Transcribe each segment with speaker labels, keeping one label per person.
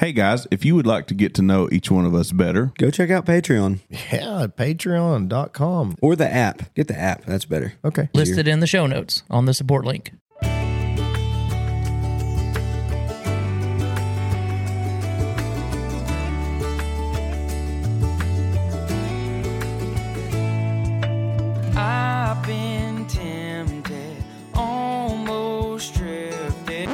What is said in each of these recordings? Speaker 1: Hey guys, if you would like to get to know each one of us better,
Speaker 2: Go check out Patreon
Speaker 3: Yeah, patreon.com.
Speaker 2: or the app. Get the app. That's better.
Speaker 3: Okay.
Speaker 4: listed in the show notes on the support link.
Speaker 5: I've been tempted, almost drifted.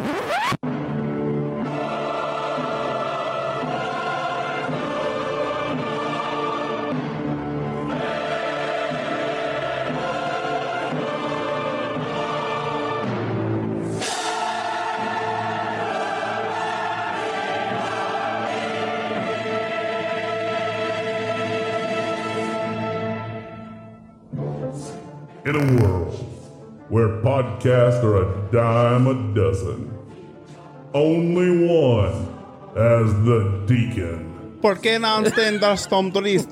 Speaker 6: In a world where podcasts are a dime a dozen, only one as the deacon,
Speaker 1: ¿Por qué no entiendes tonterías?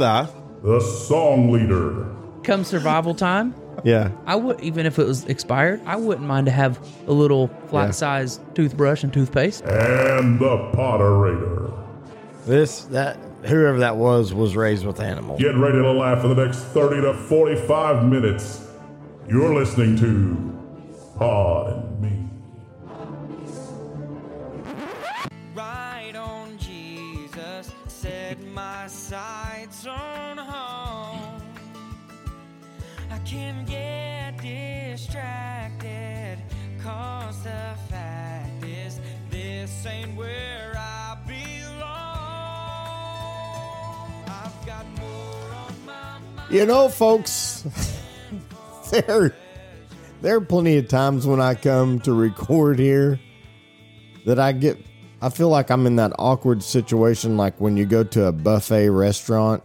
Speaker 6: the song leader,
Speaker 7: Come survival time,
Speaker 3: Yeah.
Speaker 7: I would even if it was expired, I wouldn't mind to have a little flat sized toothbrush and toothpaste.
Speaker 6: and the potterator.
Speaker 3: This, that, whoever that was, was raised with animals.
Speaker 6: Get ready to laugh for the next 30 to 45 minutes. You're listening to Pardon Me.
Speaker 5: Right on Jesus, set my sights on home. I can get distracted, cause the fact is, this ain't where I belong. I've got more on my mind.
Speaker 3: You know, folks, there, there are plenty of times when I come to record here that I get, I feel like I'm in that awkward situation, like when you go to a buffet restaurant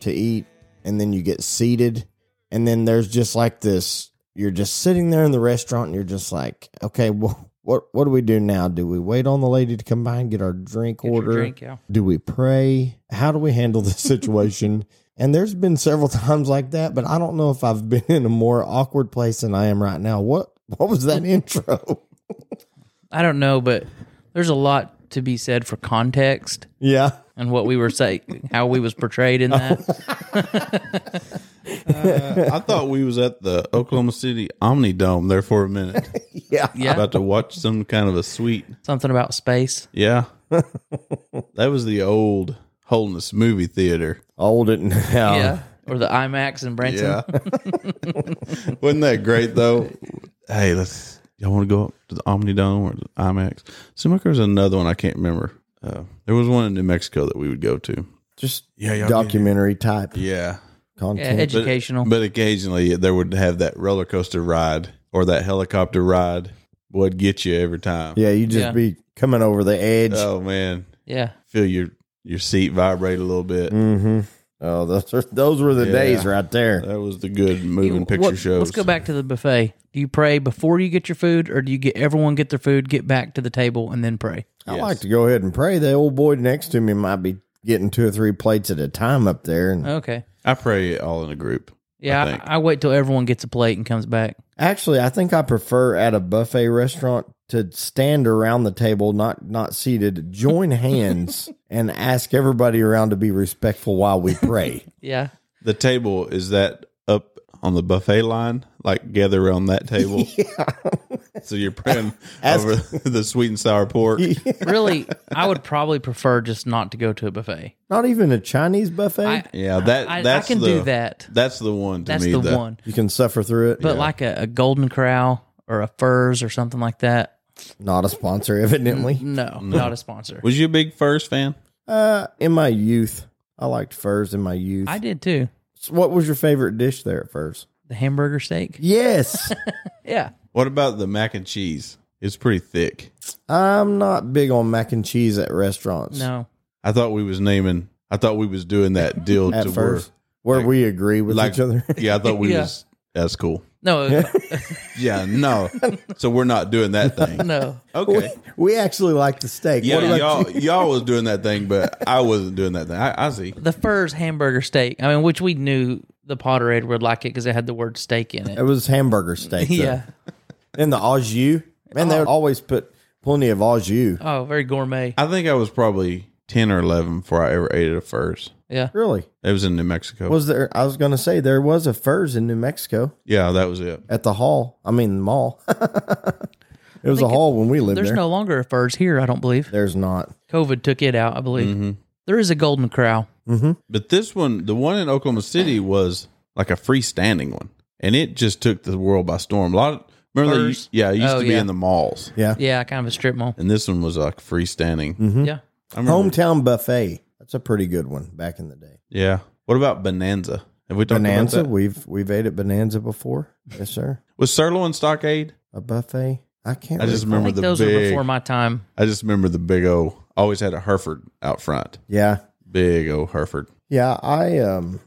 Speaker 3: to eat and then you get seated, and then there's just like this, you're just sitting there in the restaurant and you're just like, okay, well, what, what do we do now? Do we wait on the lady to come by and get our drink
Speaker 4: Get your
Speaker 3: order?
Speaker 4: drink, yeah.
Speaker 3: Do we pray? How do we handle this situation? and there's been several times like that, but I don't know if I've been in a more awkward place than I am right now. What what was that intro?
Speaker 7: I don't know, but there's a lot to be said for context
Speaker 3: yeah.
Speaker 7: and what we were saying, how we was portrayed in that.
Speaker 1: I thought we was at the Oklahoma City Omnidome there for a minute,
Speaker 3: Yeah.
Speaker 7: Yeah,
Speaker 1: about to watch some kind of a suite.
Speaker 7: something about space.
Speaker 1: Yeah, that was the old Holness movie theater.
Speaker 3: Hold it now.
Speaker 7: yeah, or the IMAX in Branson.
Speaker 1: Uh-huh. Yeah, wasn't that great though? Hey, let's y'all want to go up to the Omnidome or the IMAX? Seemed like there was another one I can't remember. Uh, there was one in New Mexico that we would go to.
Speaker 3: Just
Speaker 1: Yeah, y'all
Speaker 3: documentary type
Speaker 1: Yeah.
Speaker 7: Yeah,
Speaker 3: content.
Speaker 7: educational.
Speaker 1: But, but occasionally there would have that roller coaster ride or that helicopter ride would get you every time.
Speaker 3: yeah, you just
Speaker 7: Yeah.
Speaker 3: be coming over the edge.
Speaker 4: Uh,
Speaker 1: Oh man,
Speaker 7: yeah,
Speaker 1: feel your your seat vibrate a little bit.
Speaker 3: Mm-hmm. Oh, those are, those were the
Speaker 1: Yeah.
Speaker 3: days right
Speaker 7: Uh,
Speaker 3: there.
Speaker 1: That was the good moving
Speaker 7: You-
Speaker 1: picture
Speaker 7: what-
Speaker 1: shows.
Speaker 7: Let's go back to the buffet. Do you pray before you get your food, or do you get everyone get their food, get back to the table, and then pray?
Speaker 3: I
Speaker 1: Yes.
Speaker 3: like to go ahead and pray. The old boy next to me might be getting two or three plates at a time up there. And
Speaker 7: Okay.
Speaker 1: I pray it all in a group. I
Speaker 7: Yeah,
Speaker 1: think.
Speaker 7: I, I wait till everyone gets a plate and comes back.
Speaker 3: Actually, I think I prefer at a buffet restaurant to stand around the table, not not seated, join hands, and ask everybody around to be respectful while we pray.
Speaker 7: Yeah.
Speaker 1: The table is that up on the buffet line, like gather around that table. so you're praying
Speaker 3: Ask-
Speaker 1: over the sweet and sour pork.
Speaker 7: Really, I would probably prefer just not to go to a buffet.
Speaker 3: not even a Chinese buffet.
Speaker 7: I,
Speaker 1: Yeah, that
Speaker 7: I,
Speaker 1: that's
Speaker 7: I can
Speaker 1: the,
Speaker 7: do that.
Speaker 1: That's the one to
Speaker 7: That's
Speaker 1: me.
Speaker 7: the
Speaker 1: that-
Speaker 7: one.
Speaker 3: you can suffer through it.
Speaker 7: But like a, a Golden Crow or a Furs or something like that,
Speaker 3: not a sponsor, evidently.
Speaker 7: no, not a sponsor.
Speaker 1: Was you a big Furs fan?
Speaker 3: Uh, in my youth, I liked furs. In my youth,
Speaker 7: I did too.
Speaker 3: So what was your favorite dish there at furs?
Speaker 7: The hamburger steak.
Speaker 3: Yes,
Speaker 7: Yeah.
Speaker 1: What about the mac and cheese? It's pretty thick.
Speaker 3: I'm not big on mac and cheese at restaurants.
Speaker 7: No.
Speaker 1: I thought we was naming. I thought we was doing that deal
Speaker 3: at
Speaker 1: to
Speaker 3: furs,
Speaker 1: where-
Speaker 3: where we agree with
Speaker 1: like
Speaker 3: each other.
Speaker 1: Yeah, I thought we
Speaker 7: Yeah.
Speaker 1: was. That's cool.
Speaker 7: No.
Speaker 1: Yeah, no. so we're not doing that thing.
Speaker 7: no.
Speaker 1: Okay.
Speaker 3: we actually like the steak.
Speaker 1: Yeah,
Speaker 3: What about
Speaker 1: y'all
Speaker 3: you?
Speaker 1: y'all was doing that thing, but I wasn't doing that thing. I, I see.
Speaker 7: The Furs hamburger steak. I mean, which we knew the Potterator would like it because it had the word steak in
Speaker 3: It
Speaker 7: it.
Speaker 3: was hamburger steak. though.
Speaker 7: Yeah.
Speaker 3: And the au jus. Man, they would always put plenty of au jus.
Speaker 7: Oh, very gourmet.
Speaker 1: I think I was probably ten or eleven before I ever ate at a first.
Speaker 7: Yeah.
Speaker 3: Really?
Speaker 1: It was in New Mexico.
Speaker 3: Was there? I was gonna say there was a Furs in New Mexico
Speaker 1: yeah, that was it.
Speaker 3: at the hall. I mean, mall. it was a
Speaker 7: think it-
Speaker 3: hall when we lived
Speaker 7: There's
Speaker 3: there.
Speaker 7: no longer a Furs here, I don't believe.
Speaker 3: There's not.
Speaker 7: COVID took it out, I believe.
Speaker 1: Mm-hmm.
Speaker 7: There is a Golden Crow.
Speaker 1: But this one, the one in Oklahoma City, was like a freestanding one, and it just took the world by storm. A lot. Of, remember, they,
Speaker 7: First.
Speaker 1: used- yeah, it used
Speaker 7: Oh,
Speaker 1: to be
Speaker 7: yeah.
Speaker 1: in the malls,
Speaker 3: Yeah. Mm-hmm.
Speaker 7: Yeah, kind of a strip mall.
Speaker 1: and this one was like freestanding.
Speaker 7: Yeah.
Speaker 1: I remember-
Speaker 3: Hometown buffet. That's a pretty good one back in the day.
Speaker 1: Yeah. What about Bonanza? Have we talked
Speaker 3: Bonanza.
Speaker 1: about that?
Speaker 3: We've we've ate at Bonanza before. Yes, sir.
Speaker 1: Was Sirloin Stockade?
Speaker 3: A buffet. I can't.
Speaker 1: I just
Speaker 3: recall.
Speaker 7: I
Speaker 1: remember
Speaker 7: think
Speaker 1: the
Speaker 7: those were
Speaker 1: big.
Speaker 7: before my time.
Speaker 1: I just remember the big O. Always had a Hereford out front.
Speaker 3: Yeah,
Speaker 1: Big O Hereford.
Speaker 3: yeah. I um,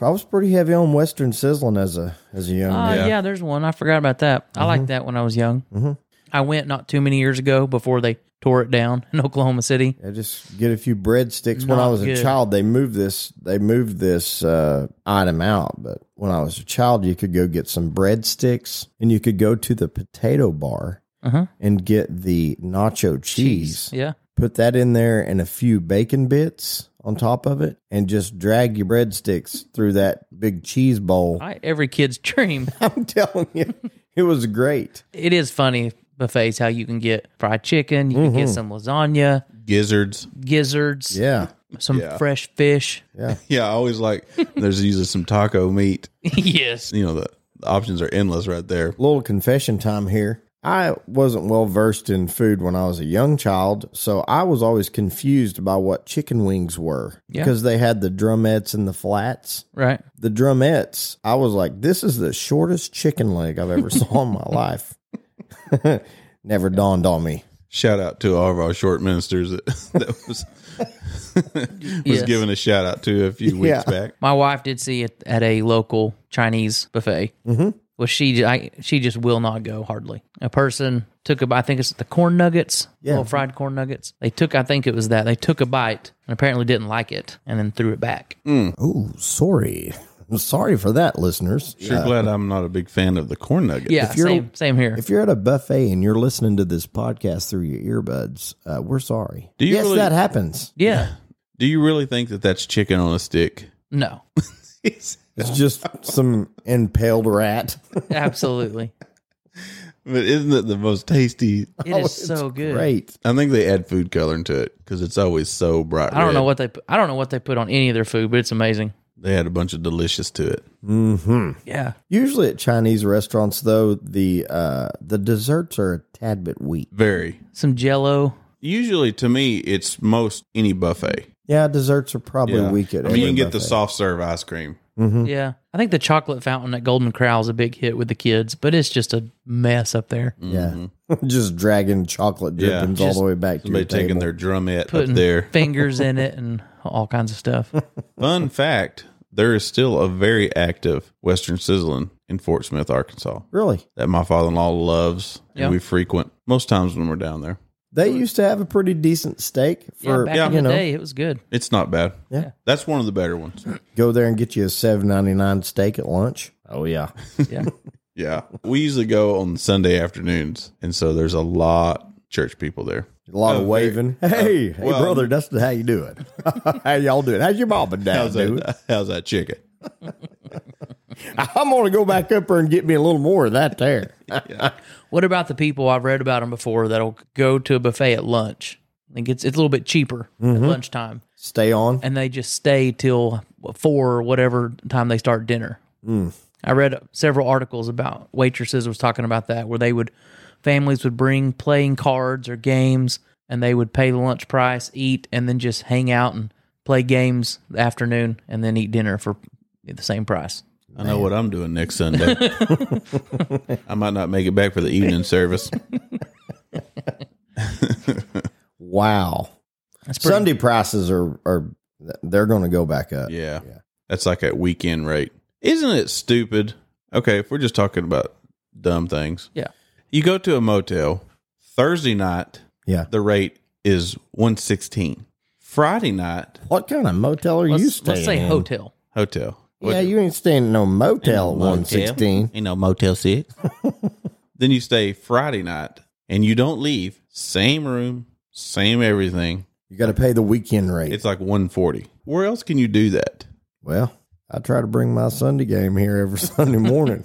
Speaker 3: I was pretty heavy on Western sizzling as a as a young.
Speaker 7: Oh,
Speaker 3: man.
Speaker 7: yeah. there's one. I forgot about that. I liked that when I was young.
Speaker 3: Mhm.
Speaker 7: I went not too many years ago before they tore it down in Oklahoma City.
Speaker 3: I just get a few breadsticks. When I
Speaker 7: Not
Speaker 3: was
Speaker 7: good.
Speaker 3: a child, they moved this they moved this uh, item out. But when I was a child, you could go get some breadsticks, and you could go to the potato bar
Speaker 7: Uh-huh.
Speaker 3: and get the nacho cheese.
Speaker 7: Yeah.
Speaker 3: Put that in there and a few bacon bits on top of it, and just drag your breadsticks through that big cheese bowl.
Speaker 7: I, every kid's dream.
Speaker 3: I'm telling you, it was great.
Speaker 7: it is funny buffets how you can get fried chicken, you can get some lasagna,
Speaker 1: Gizzards.
Speaker 7: gizzards,
Speaker 3: Yeah,
Speaker 7: some
Speaker 1: Yeah.
Speaker 7: fresh fish.
Speaker 1: Yeah, I always like there's usually some taco meat.
Speaker 7: yes.
Speaker 1: You know, the, the options are endless right there.
Speaker 3: little confession time here. I wasn't well versed in food when I was a young child, so I was always confused by what chicken wings were
Speaker 7: Yeah.
Speaker 3: because they had the drumettes and the flats.
Speaker 7: Right.
Speaker 3: The drumettes, I was like, this is the shortest chicken leg I've ever saw in my life. Never dawned on me.
Speaker 1: Shout out to all of our short ministers that, that was was
Speaker 7: Yes.
Speaker 1: given a shout out to a few weeks
Speaker 3: Yeah.
Speaker 1: back.
Speaker 7: My wife did see it at a local Chinese buffet. Mm-hmm. Well, she I, she just will not go hardly. A person took a bite. I think it's the corn nuggets,
Speaker 3: Yeah.
Speaker 7: little fried corn nuggets. They took. I think it was that they took a bite and apparently didn't like it and then threw it back.
Speaker 3: Oh, sorry. I'm sorry for that, listeners.
Speaker 1: Sure, glad I'm not a big fan of the corn nuggets.
Speaker 7: Yeah.
Speaker 3: you're-
Speaker 7: Same. Same here.
Speaker 3: If you're at a buffet and you're listening to this podcast through your earbuds, uh, we're sorry.
Speaker 1: Do you
Speaker 3: yes,
Speaker 1: really-
Speaker 3: that happens.
Speaker 7: yeah.
Speaker 1: Do you really think that that's chicken on a stick?
Speaker 7: No.
Speaker 3: It's just some impaled rat.
Speaker 7: Absolutely.
Speaker 1: But isn't it the most tasty?
Speaker 7: It is so good.
Speaker 3: Oh, Great.
Speaker 1: I think they add food coloring to it because it's always so bright.
Speaker 7: I don't know
Speaker 1: red.
Speaker 7: what they pu- I don't know what they put on any of their food, but it's amazing.
Speaker 1: they add a bunch of delicious to it.
Speaker 7: Yeah.
Speaker 3: Usually at Chinese restaurants, though, the uh, the desserts are a tad bit weak.
Speaker 1: Very.
Speaker 7: Some jello.
Speaker 1: Usually, to me, it's most any buffet.
Speaker 3: Yeah, desserts are probably weak at.
Speaker 1: I mean, you
Speaker 3: every
Speaker 1: can get the
Speaker 3: buffet.
Speaker 1: soft serve ice cream.
Speaker 3: Mm-hmm.
Speaker 7: Yeah. I think the chocolate fountain at Golden Crow is a big hit with the kids, but it's just a mess up there.
Speaker 3: Mm. Yeah, just dragging chocolate
Speaker 1: Mm-hmm. Yeah.
Speaker 3: drippings all the way back to
Speaker 1: Somebody
Speaker 3: your
Speaker 1: taking
Speaker 3: table.
Speaker 1: their drumette up
Speaker 7: Putting
Speaker 1: there.
Speaker 7: fingers in it and all kinds of stuff.
Speaker 1: Fun fact: there is still a very active Western sizzling in Fort Smith, Arkansas,
Speaker 3: really.
Speaker 1: that my father-in-law loves and
Speaker 7: Yeah.
Speaker 1: we frequent most times when we're down there.
Speaker 3: They used to have a pretty decent steak
Speaker 7: yeah,
Speaker 3: for
Speaker 7: back in
Speaker 3: you
Speaker 7: the
Speaker 3: know
Speaker 7: day, it was good.
Speaker 1: It's not bad.
Speaker 3: Yeah.
Speaker 1: that's one of the better ones.
Speaker 3: go there and get you a seven ninety nine steak at lunch. Oh yeah,
Speaker 7: Yeah.
Speaker 1: Yeah, we usually go on Sunday afternoons, and so there's a lot of church people there.
Speaker 3: A lot
Speaker 1: Oh,
Speaker 3: of waving. Hey, hey,
Speaker 1: Uh, well-
Speaker 3: brother, that's how you doing? how y'all doing? How's your mom and dad
Speaker 1: How's
Speaker 3: doing?
Speaker 1: that? How's that chicken?
Speaker 3: I'm gonna go back up there and get me a little more of that there.
Speaker 7: What about the people I've read about them before that'll go to a buffet at lunch? I think it's it's a little bit cheaper
Speaker 3: Mm-hmm.
Speaker 7: at lunchtime,
Speaker 3: Stay on.
Speaker 7: and they just stay till four or whatever time they start dinner.
Speaker 1: Hmm.
Speaker 7: I read several articles about waitresses was talking about that where they would families would bring playing cards or games and they would pay the lunch price, eat, and then just hang out and play games the afternoon and then eat dinner for the same price.
Speaker 1: I know what I'm doing next Sunday. I might not make it back for the evening service.
Speaker 3: Wow.
Speaker 7: That's pretty,
Speaker 3: Sunday prices are are they're gonna go back up.
Speaker 1: Yeah. That's like at weekend rate. Isn't it stupid? Okay, if we're just talking about dumb things.
Speaker 7: Yeah.
Speaker 1: You go to a motel, Thursday night,
Speaker 3: Yeah.
Speaker 1: the rate is 116. Friday night,
Speaker 3: What kind of motel are you
Speaker 7: let's,
Speaker 3: staying?
Speaker 7: let's say
Speaker 3: in?
Speaker 7: hotel.
Speaker 1: hotel.
Speaker 3: Yeah, you ain't staying in no motel at one sixteen.
Speaker 1: Ain't no motel six. then you stay Friday night and you don't leave. Same room, same everything.
Speaker 3: You got to pay the weekend rate.
Speaker 1: It's like 140. Where else can you do that?
Speaker 3: well, I try to bring my Sunday game here every Sunday morning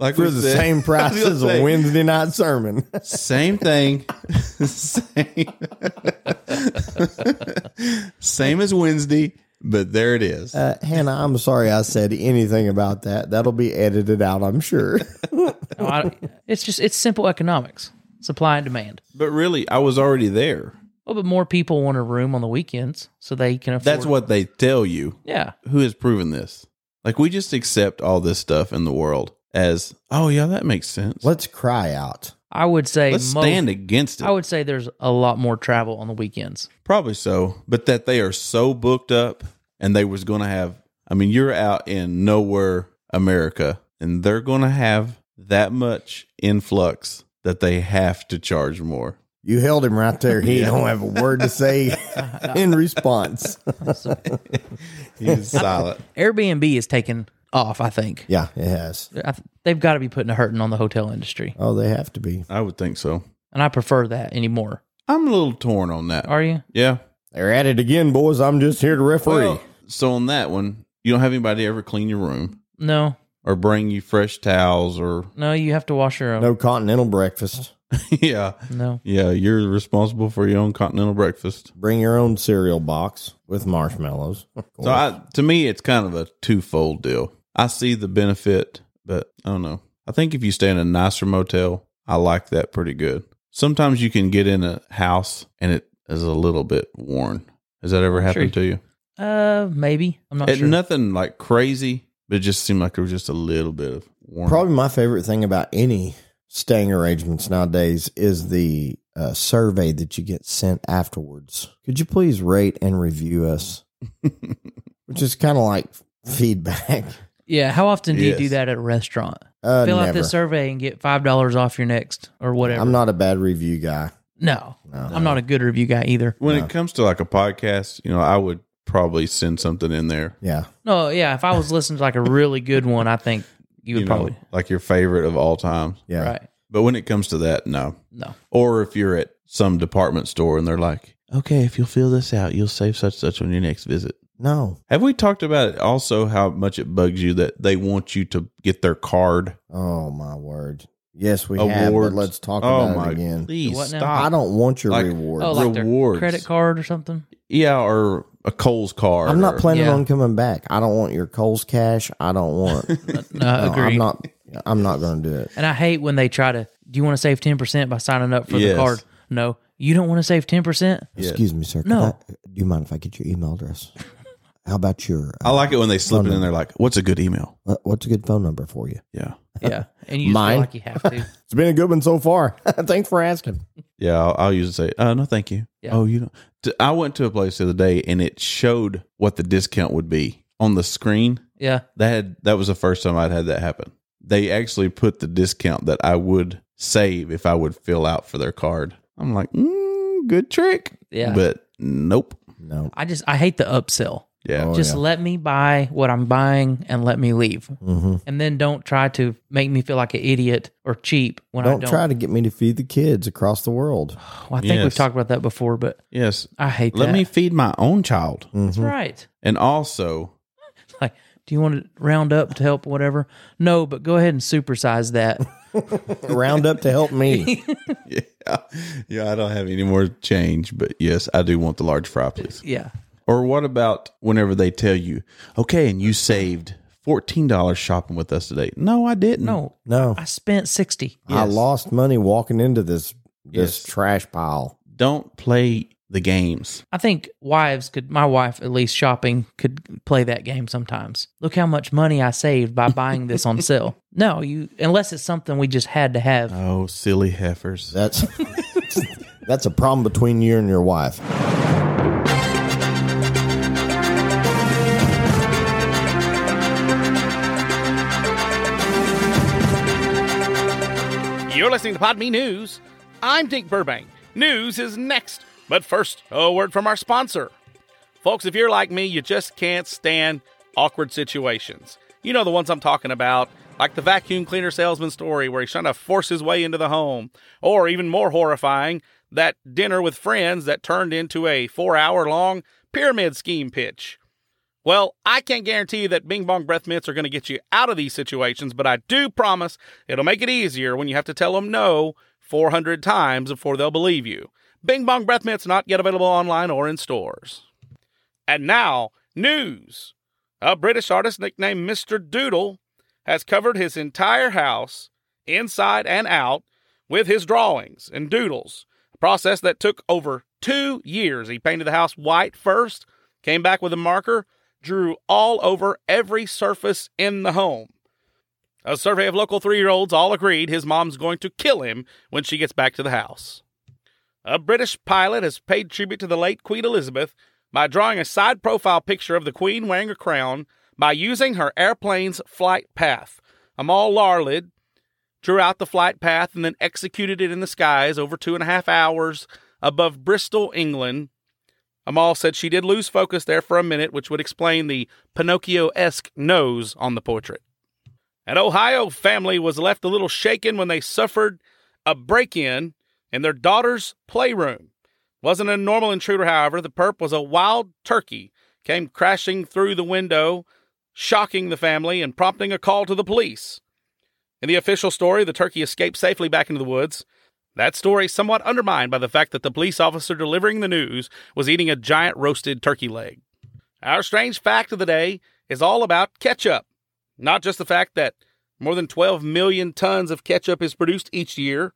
Speaker 1: Like
Speaker 3: for
Speaker 1: we
Speaker 3: the
Speaker 1: said-
Speaker 3: same
Speaker 1: I
Speaker 3: price
Speaker 1: was gonna
Speaker 3: as a
Speaker 1: say,
Speaker 3: Wednesday night sermon.
Speaker 1: Same thing. same. same as Wednesday, but there it is.
Speaker 3: Uh, Hannah, I'm sorry I said anything about that. That'll be edited out, I'm sure.
Speaker 7: No, I- it's just it's simple economics, supply and demand.
Speaker 1: but really, I was already there.
Speaker 7: Well, but more people want a room on the weekends so they can afford.
Speaker 1: That's what they tell you.
Speaker 7: Yeah,
Speaker 1: Who has proven this? Like we just accept all this stuff in the world as, oh yeah, that makes sense.
Speaker 3: Let's cry out.
Speaker 7: I would say
Speaker 1: Let's
Speaker 7: most-
Speaker 1: stand against it.
Speaker 7: I would say there's a lot more travel on the weekends.
Speaker 1: Probably so, but that they are so booked up and they was going to have I mean, you're out in nowhere America and they're going to have that much influx that they have to charge more.
Speaker 3: You held him right there. He
Speaker 1: Yeah.
Speaker 3: don't have a word to say in response.
Speaker 1: He's silent.
Speaker 7: Airbnb is taken off. I think.
Speaker 3: Yeah, it has.
Speaker 7: I th- they've got to be putting a hurting on the hotel industry,
Speaker 3: Oh, they have to be.
Speaker 1: I would think so.
Speaker 7: and I prefer that anymore.
Speaker 1: I'm a little torn on that.
Speaker 7: Are you?
Speaker 1: Yeah.
Speaker 3: They're at it again, boys. I'm just here to referee.
Speaker 1: Well, so on that one, you don't have anybody ever clean your room
Speaker 7: No,
Speaker 1: or bring you fresh towels or
Speaker 7: no. You have to wash your own.
Speaker 3: no continental breakfast.
Speaker 1: yeah.
Speaker 7: No.
Speaker 1: Yeah, you're responsible for your own continental breakfast.
Speaker 3: Bring your own cereal box with marshmallows.
Speaker 1: So I, to me, it's kind of a twofold deal. I see the benefit, but I don't know. I think if you stay in a nicer motel, I like that pretty good. Sometimes you can get in a house and it is a little bit worn. Has that ever happened to you?
Speaker 7: Uh, maybe. I'm not
Speaker 1: It,
Speaker 7: sure.
Speaker 1: Nothing like crazy, but it just seemed like it was just a little bit of worn.
Speaker 3: Probably my favorite thing about any staying arrangements nowadays is the uh, survey that you get sent afterwards. Could you please rate and review us? Which is kind of like feedback.
Speaker 7: yeah. How often do
Speaker 1: Yes.
Speaker 7: you do that at a restaurant?
Speaker 3: Uh,
Speaker 7: Fill out
Speaker 3: never.
Speaker 7: this survey and get five dollars off your next or whatever.
Speaker 3: I'm not a bad review guy.
Speaker 7: no,
Speaker 3: No.
Speaker 7: I'm not a good review guy either.
Speaker 1: when
Speaker 3: No.
Speaker 1: it comes to like a podcast, you know, I would probably send something in there.
Speaker 3: Yeah.
Speaker 7: No, yeah. If I was listening to like a really good one, I think you
Speaker 1: You,
Speaker 7: would
Speaker 1: know,
Speaker 7: probably
Speaker 1: like your favorite of all time.
Speaker 3: Yeah.
Speaker 7: right.
Speaker 1: But when it comes to that, no.
Speaker 7: No,
Speaker 1: Or if you're at some department store and they're like, okay, if you'll fill this out, you'll save such such on your next visit.
Speaker 3: No.
Speaker 1: Have we talked about it also how much it bugs you that they want you to get their card
Speaker 3: Oh my word. Yes, we have. But
Speaker 1: awards?
Speaker 3: let's talk about it again.
Speaker 1: Oh Please
Speaker 7: What now?
Speaker 1: stop.
Speaker 3: I don't want your
Speaker 1: Like-
Speaker 3: reward.
Speaker 7: oh, like their
Speaker 1: Rewards.
Speaker 7: credit card or something.
Speaker 1: Yeah, or a Coles card.
Speaker 3: I'm not
Speaker 1: or-
Speaker 3: planning
Speaker 7: Yeah.
Speaker 3: on coming back. I don't want your Coles cash. I don't want.
Speaker 7: No,
Speaker 3: No,
Speaker 7: agreed.
Speaker 3: I'm not. I'm not going to do it.
Speaker 7: And I hate when they try to. Do you want to save ten percent by signing up for
Speaker 1: Yes.
Speaker 7: the card? No, you don't want to save ten percent.
Speaker 1: Yeah.
Speaker 3: Excuse me, sir. could
Speaker 7: No.
Speaker 3: I- do you mind if I get your email address? How about your?
Speaker 1: I
Speaker 3: uh,
Speaker 1: like it when they slip it in there like, what's a good email?
Speaker 3: what- what's a good phone number for you?
Speaker 1: Yeah.
Speaker 7: Yeah, and you just
Speaker 3: Mine?
Speaker 7: feel like you have to.
Speaker 3: It's been a good one so far. Thanks for asking.
Speaker 1: Yeah, I'll, I'll usually say, uh, no, thank you.
Speaker 7: Yeah.
Speaker 1: Oh, you don't. T- I went to a place the other day and it showed what the discount would be on the screen.
Speaker 7: Yeah,
Speaker 1: That had that was the first time I'd had that happen. They actually put the discount that I would save if I would fill out for their card. I'm like, mm, good trick.
Speaker 7: Yeah.
Speaker 1: But nope.
Speaker 3: No.
Speaker 7: I just I hate the upsell.
Speaker 1: Yeah.
Speaker 3: Oh,
Speaker 7: just
Speaker 3: yeah.
Speaker 7: let me buy what I'm buying and let me leave.
Speaker 3: hmm
Speaker 7: And then don't try to make me feel like an idiot or cheap when I
Speaker 3: Don't
Speaker 7: don't.
Speaker 3: try to get me to feed the kids across the world.
Speaker 7: Well, I think
Speaker 1: Yes.
Speaker 7: we've talked about that before, but
Speaker 1: Yes.
Speaker 7: I hate
Speaker 1: Let
Speaker 7: that.
Speaker 1: me feed my own child.
Speaker 7: That's right.
Speaker 1: And also,
Speaker 7: Like, do you want to round up to help whatever? No, but go ahead and supersize that.
Speaker 3: Round up to help me.
Speaker 1: yeah, yeah, I don't have any more change, but yes, I do want the large fry, please.
Speaker 7: yeah.
Speaker 1: Or what about whenever they tell you, okay, and you saved $14 shopping with us today? No, I didn't.
Speaker 7: No,
Speaker 3: No,
Speaker 7: I spent 60.
Speaker 3: I lost money walking into this
Speaker 1: Yes.
Speaker 3: this trash pile.
Speaker 1: Don't play the games.
Speaker 7: I think wives could, my wife at least shopping could play that game sometimes. Look how much money I saved by buying this on sale. No, you, unless it's something we just had to have.
Speaker 1: Oh, silly heifers.
Speaker 3: That's that's a problem between you and your wife.
Speaker 8: You're listening to Podme News. I'm Dink Burbank. News is next. But first, a word from our sponsor. Folks, if you're like me, you just can't stand awkward situations. You know the ones I'm talking about like the vacuum cleaner salesman story where he's trying to force his way into the home, or even more horrifying, that dinner with friends that turned into a four hour long pyramid scheme pitch. Well, I can't guarantee that Bing Bong Breath Mints are going to get you out of these situations, but I do promise it'll make it easier when you have to tell them no 400 times before they'll believe you. Bing Bong Breath Mints not yet available online or in stores. And now, news. A British artist nicknamed Mr. Doodle has covered his entire house, inside and out, with his drawings and doodles. A process that took over two years. He painted the house white first, came back with a marker, drew all over every surface in the home. A survey of local three year olds all agreed his mom's going to kill him when she gets back to the house. A British pilot has paid tribute to the late Queen Elizabeth by drawing a side profile picture of the Queen wearing a crown by using her airplane's flight path. Amal Larlid drew out the flight path and then executed it in the skies over two and a half hours above Bristol, England. Amal said she did lose focus there for a minute, which would explain the Pinocchio esque nose on the portrait. An Ohio family was left a little shaken when they suffered a break in in their daughter's playroom. Wasn't a normal intruder, however. The perp was a wild turkey, came crashing through the window, shocking the family and prompting a call to the police. In the official story, the turkey escaped safely back into the woods. That story is somewhat undermined by the fact that the police officer delivering the news was eating a giant roasted turkey leg. Our strange fact of the day is all about ketchup. Not just the fact that more than 12 million tons of ketchup is produced each year,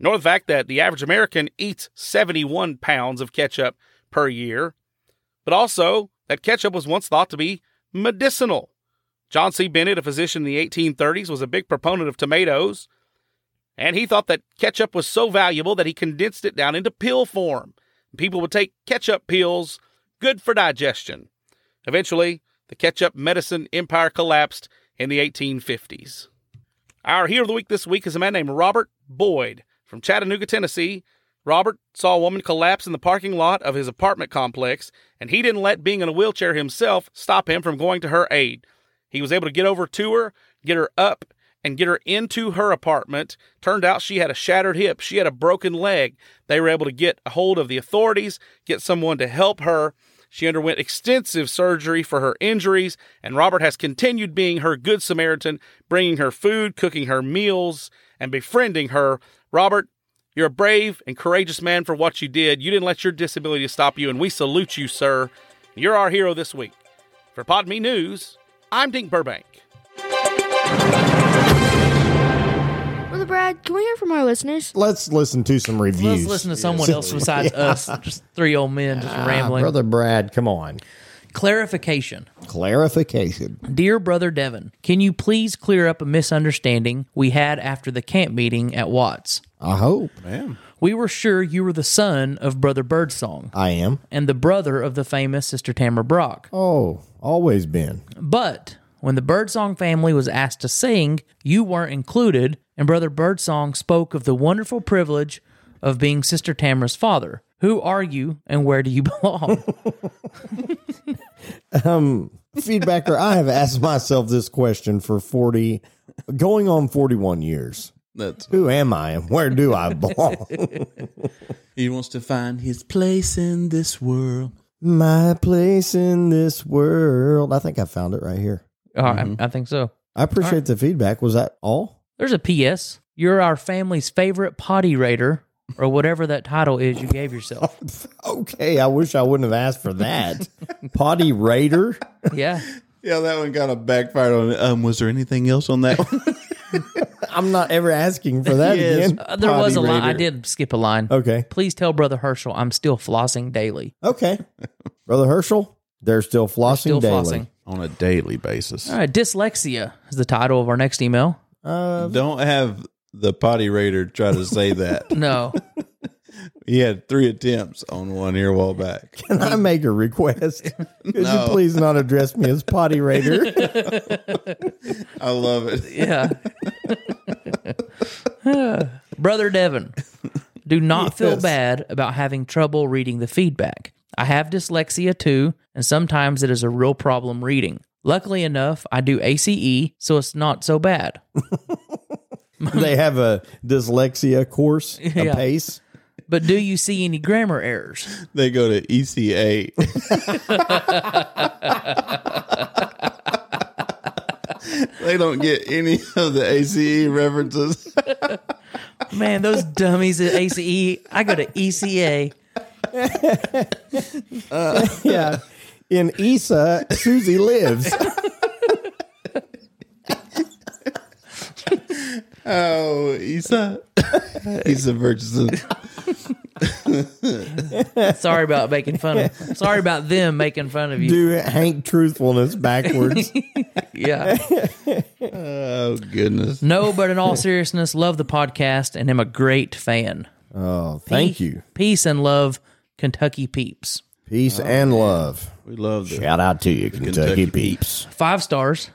Speaker 8: nor the fact that the average American eats 71 pounds of ketchup per year, but also that ketchup was once thought to be medicinal. John C. Bennett, a physician in the 1830s, was a big proponent of tomatoes, and he thought that ketchup was so valuable that he condensed it down into pill form. People would take ketchup pills, good for digestion. Eventually, the ketchup medicine empire collapsed in the 1850s. Our hero of the week this week is a man named Robert Boyd from Chattanooga, Tennessee. Robert saw a woman collapse in the parking lot of his apartment complex, and he didn't let being in a wheelchair himself stop him from going to her aid. He was able to get over to her, get her up, and get her into her apartment. Turned out she had a shattered hip, she had a broken leg. They were able to get a hold of the authorities, get someone to help her. She underwent extensive surgery for her injuries, and Robert has continued being her good Samaritan, bringing her food, cooking her meals, and befriending her. Robert, you're a brave and courageous man for what you did. You didn't let your disability stop you, and we salute you, sir. You're our hero this week. For Pod Me News, I'm Dink Burbank.
Speaker 9: Brother Brad, can we hear from our listeners?
Speaker 3: Let's listen to some reviews.
Speaker 7: Let's listen to someone else besides us. Just three old men just rambling.
Speaker 3: Ah, Brother Brad, come on.
Speaker 7: Clarification.
Speaker 3: Clarification.
Speaker 7: Dear Brother Devin, can you please clear up a misunderstanding we had after the camp meeting at Watts?
Speaker 3: I hope
Speaker 7: We were sure you were the son of Brother Birdsong
Speaker 3: I am.
Speaker 7: and the brother of the famous Sister Tamara Brock.
Speaker 3: Oh, always been.
Speaker 7: But when the Birdsong family was asked to sing, you weren't included, and Brother Birdsong spoke of the wonderful privilege of being Sister Tamara's father. Who are you and where do you belong?
Speaker 3: Feedbacker, I have asked myself this question for 40, going on 41 years.
Speaker 1: That's
Speaker 3: Who am I and where do I belong?
Speaker 1: he wants to find his place in this world.
Speaker 3: My place in this world. I think I found it right here.
Speaker 7: All right, Uh,
Speaker 3: Mm-hmm.
Speaker 7: I think so.
Speaker 3: I appreciate the feedback. Was that all?
Speaker 7: There's a PS. You're our family's favorite potty raider, or whatever that title is you gave yourself.
Speaker 3: Okay, I wish I wouldn't have asked for that. Potty Raider.
Speaker 7: Yeah.
Speaker 1: Yeah, that one kind of backfired on it. Um, was there anything else on that one?
Speaker 3: I'm not ever asking for that
Speaker 1: Yes.
Speaker 3: again.
Speaker 7: Uh, there was a
Speaker 3: Potty
Speaker 7: line. I
Speaker 3: Raider.
Speaker 7: did skip a line.
Speaker 3: Okay.
Speaker 7: Please tell Brother Herschel I'm still flossing daily.
Speaker 3: Okay. Brother Herschel, they're still flossing
Speaker 7: Still
Speaker 3: daily.
Speaker 7: flossing.
Speaker 1: on a daily basis.
Speaker 7: All right. Dyslexia is the title of our next email.
Speaker 3: Uh,
Speaker 1: Don't have the potty raider try to say that.
Speaker 7: No.
Speaker 1: he had three attempts on one ear while back.
Speaker 3: can I make a request? Could
Speaker 1: No.
Speaker 3: you please not address me as Potty Raider?
Speaker 1: I love it.
Speaker 7: Yeah. Brother Devin, do not feel bad about having trouble reading the feedback. I have dyslexia too, and sometimes it is a real problem reading. Luckily enough, I do ACE, so it's not so bad.
Speaker 3: they have a dyslexia course, a
Speaker 7: Yeah.
Speaker 3: pace.
Speaker 7: But do you see any grammar errors?
Speaker 1: They go to E ECA. they don't get any of the ACE references.
Speaker 7: Man, those dummies at ACE. I go to E ECA.
Speaker 3: Yeah. In Issa, Susie lives.
Speaker 1: Oh, ESA. ESA Murchison.
Speaker 7: Sorry about making fun of. Sorry about them making fun of you.
Speaker 3: Do Hank truthfulness backwards.
Speaker 7: Yeah.
Speaker 1: Oh, goodness.
Speaker 7: No, but in all seriousness, love the podcast and am a great fan.
Speaker 3: Oh, thank
Speaker 7: Pe-
Speaker 3: you.
Speaker 7: Peace and love, Kentucky peeps.
Speaker 3: Peace and love.
Speaker 1: We love that.
Speaker 3: Shout out to you, Kentucky,
Speaker 1: Kentucky
Speaker 3: peeps.
Speaker 7: Five stars.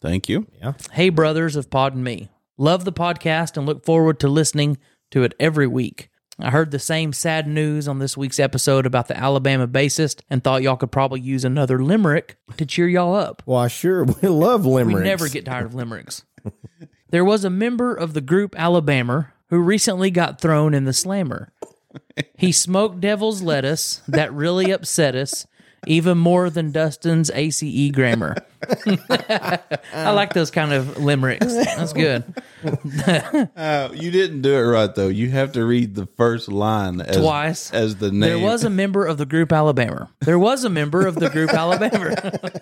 Speaker 1: Thank you.
Speaker 7: Hey, brothers of Pod and Me. Love the podcast and look forward to listening to it every week. I heard the same sad news on this week's episode about the Alabama bassist and thought y'all could probably use another limerick to cheer y'all up.
Speaker 3: Well, I sure we love limericks.
Speaker 7: We never get tired of limericks. there was a member of the group Alabama who recently got thrown in the slammer. He smoked devil's lettuce that really upset us, even more than Dustin's ACE grammar. I like those kind of limericks. That's good.
Speaker 1: Uh, you didn't do it right, though. You have to read the first line as,
Speaker 7: Twice.
Speaker 1: as the name.
Speaker 7: There was a member of the group Alabama. There was a member of the group Alabama.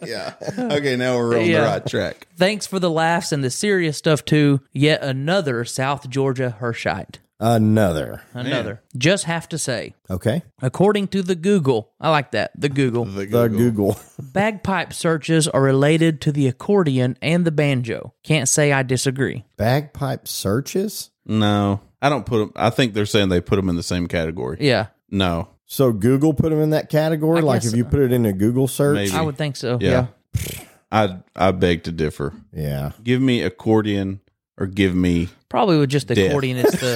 Speaker 1: yeah. Okay, now we're on
Speaker 7: Yeah.
Speaker 1: the right track.
Speaker 7: Thanks for the laughs and the serious stuff too. Yet another South Georgia Hershite.
Speaker 3: Another.
Speaker 7: Another. Just have to say,
Speaker 3: Okay.
Speaker 7: According to the Google, I like that, the Google,
Speaker 3: The Google.
Speaker 7: bagpipe searches are related to the accordion and the banjo. Can't say I disagree.
Speaker 3: Bagpipe searches?
Speaker 1: No, I don't put them. I think they're saying they put them in the same category.
Speaker 7: Yeah,
Speaker 1: No,
Speaker 3: So Google put them in that category?
Speaker 7: I
Speaker 3: like
Speaker 7: guess
Speaker 3: if you
Speaker 7: so.
Speaker 3: put it in a Google search?
Speaker 1: Maybe.
Speaker 7: I would think so. Yeah.
Speaker 1: Yeah. I I beg to differ.
Speaker 3: Yeah.
Speaker 1: Give me accordion or give me
Speaker 7: Probably with just the
Speaker 1: Death.
Speaker 7: accordion. It's the.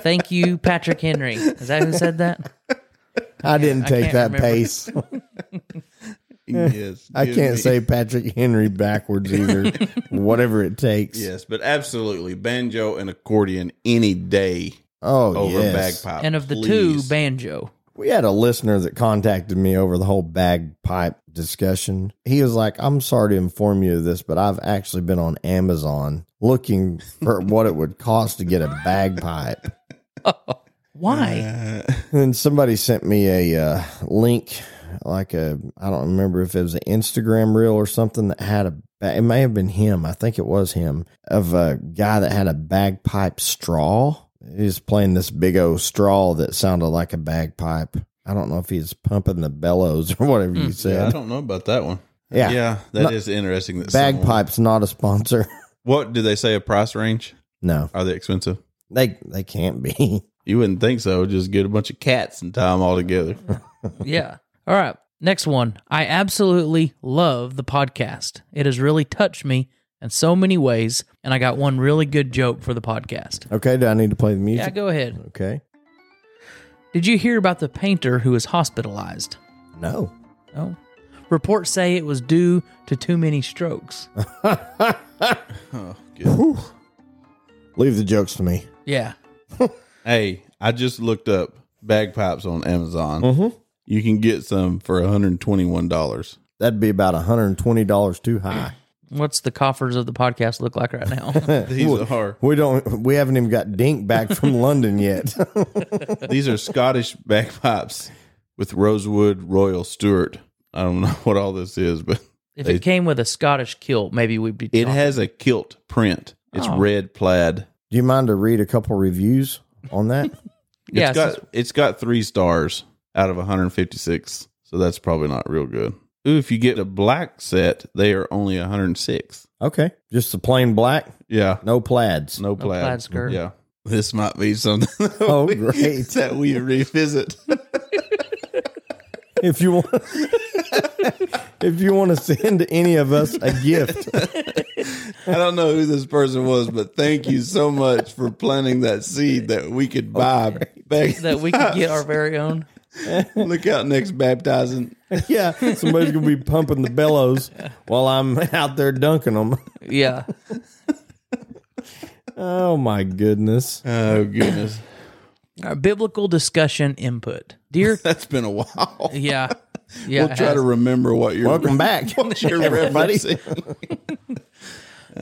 Speaker 7: Thank you, Patrick Henry. Is that who said that?
Speaker 3: I didn't take that
Speaker 7: can't remember.
Speaker 3: pace.
Speaker 1: yes.
Speaker 3: I
Speaker 1: give
Speaker 3: can't
Speaker 1: me-
Speaker 3: say Patrick Henry backwards either. Whatever it takes.
Speaker 1: yes, but absolutely banjo and accordion any day
Speaker 3: Oh,
Speaker 1: over
Speaker 3: yes.
Speaker 1: bagpipe.
Speaker 7: And of the two,
Speaker 1: please.
Speaker 7: banjo.
Speaker 3: We had a listener that contacted me over the whole bagpipe discussion. He was like, I'm sorry to inform you of this, but I've actually been on Amazon looking for what it would cost to get a bagpipe.
Speaker 7: Why?
Speaker 3: And then somebody sent me a uh, link, like a, I don't remember if it was an Instagram reel or something that had a, ba- it may have been him. I think it was him, of a guy that had a bagpipe straw. He was playing this big old straw that sounded like a bagpipe. I don't know if he's pumping the bellows or whatever you
Speaker 1: Hmm, Yeah, I
Speaker 3: said.
Speaker 1: don't know about that one.
Speaker 3: Yeah.
Speaker 1: yeah, that is
Speaker 3: Not-
Speaker 1: interesting. That someone-
Speaker 3: Bagpipe's not a sponsor.
Speaker 1: What do they say? A price range?
Speaker 3: no,
Speaker 1: Are they expensive?
Speaker 3: they they can't be.
Speaker 1: You wouldn't think so. Just get a bunch of cats and tie them all together.
Speaker 7: Yeah. All right. Next one. I absolutely love the podcast. It has really touched me in so many ways, and I got one really good joke for the podcast.
Speaker 3: Okay, do I need to play the
Speaker 7: Yeah,
Speaker 3: music?
Speaker 7: go ahead.
Speaker 3: okay.
Speaker 7: Did you hear about the painter who was hospitalized?
Speaker 3: No.
Speaker 7: Oh. Reports say it was due to too many strokes.
Speaker 3: Leave the jokes to me.
Speaker 7: Yeah.
Speaker 1: hey, I just looked up bagpipes on Amazon. You can get some for one hundred twenty-one dollars.
Speaker 3: That'd be about $120 too high.
Speaker 7: What's the coffers of the podcast look like right now?
Speaker 1: These are
Speaker 3: We don't. We haven't even got Dink back from London yet.
Speaker 1: these are Scottish bagpipes with rosewood Royal Stewart. I don't know what all this is, but
Speaker 7: if it came with a Scottish kilt, maybe we'd be.
Speaker 1: it
Speaker 7: talking.
Speaker 1: has a kilt print. It's red plaid.
Speaker 3: Do you mind to read a couple reviews on that?
Speaker 1: It's
Speaker 7: Yeah,
Speaker 1: got
Speaker 7: so-
Speaker 1: it's got three stars out of 156, so that's probably not real good. Ooh, if you get a black set, they are only 106.
Speaker 3: Okay, just the plain black,
Speaker 1: Yeah,
Speaker 3: no plaids.
Speaker 1: no plaid,
Speaker 7: plaid skirt.
Speaker 1: Yeah, this might be something. that
Speaker 3: Oh,
Speaker 1: we-
Speaker 3: great.
Speaker 1: That we revisit.
Speaker 3: If you want, if you want to send any of us a gift,
Speaker 1: I don't know who this person was, but thank you so much for planting that seed that we could buy. Back
Speaker 7: that we could get our very own.
Speaker 1: Look out next baptizing.
Speaker 3: yeah, somebody's gonna be pumping the bellows while I'm out there dunking them.
Speaker 7: Yeah.
Speaker 3: Oh my goodness!
Speaker 1: Oh goodness,
Speaker 7: Our biblical discussion input. Dear.
Speaker 1: that's been a while.
Speaker 7: Yeah. Yeah. uh,
Speaker 1: we'll
Speaker 7: it
Speaker 1: try
Speaker 7: has.
Speaker 1: to remember what you're.
Speaker 3: Welcome back.
Speaker 1: What you're
Speaker 3: Everybody.
Speaker 1: referencing.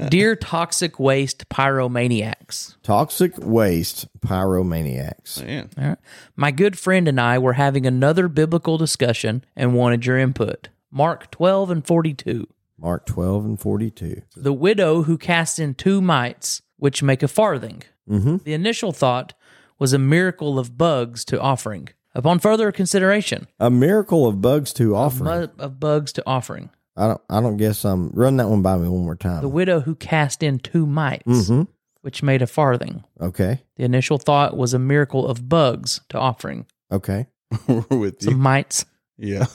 Speaker 7: Dear toxic waste pyromaniacs.
Speaker 3: Toxic waste pyromaniacs.
Speaker 1: Man,
Speaker 7: All right. My good friend and I were having another biblical discussion and wanted your input. Mark 12 and 42.
Speaker 3: Mark twelve and forty two.
Speaker 7: The widow who cast in two mites, which make a farthing. Mm-hmm. The initial thought was a miracle of bugs to offering. Upon further consideration,
Speaker 3: A miracle of bugs to offer.
Speaker 7: bu- of bugs to offering.
Speaker 3: I don't. I don't guess. I'm run that one by me one more time. Mm-hmm.
Speaker 7: The widow who cast in two mites,
Speaker 1: Mm-hmm.
Speaker 7: which made a farthing.
Speaker 3: okay.
Speaker 7: The initial thought was a miracle of bugs to offering.
Speaker 3: Okay.
Speaker 1: we're with
Speaker 7: Some
Speaker 1: you.
Speaker 7: mites.
Speaker 1: Yeah,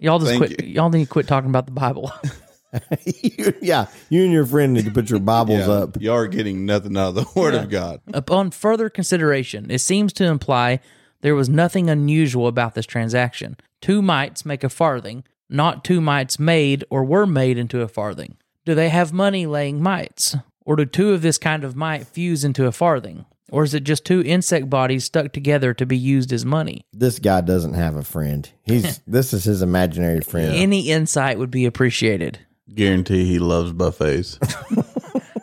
Speaker 7: Y'all just
Speaker 1: Thank
Speaker 7: quit. Y'all need to quit talking about the Bible.
Speaker 3: You- yeah. You and your friend need to put your Bibles
Speaker 1: yeah.
Speaker 3: up.
Speaker 1: You are getting nothing out of the Word of God.
Speaker 7: Upon further consideration, it seems to imply there was nothing unusual about this transaction. Two mites make a farthing, not two mites made or were made into a farthing. Do they have money laying mites? Or do two of this kind of mite fuse into a farthing? Or is it just two insect bodies stuck together to be used as money?
Speaker 3: This guy doesn't have a friend. He's. this is his imaginary friend.
Speaker 7: Any insight would be appreciated.
Speaker 1: Guarantee he loves buffets.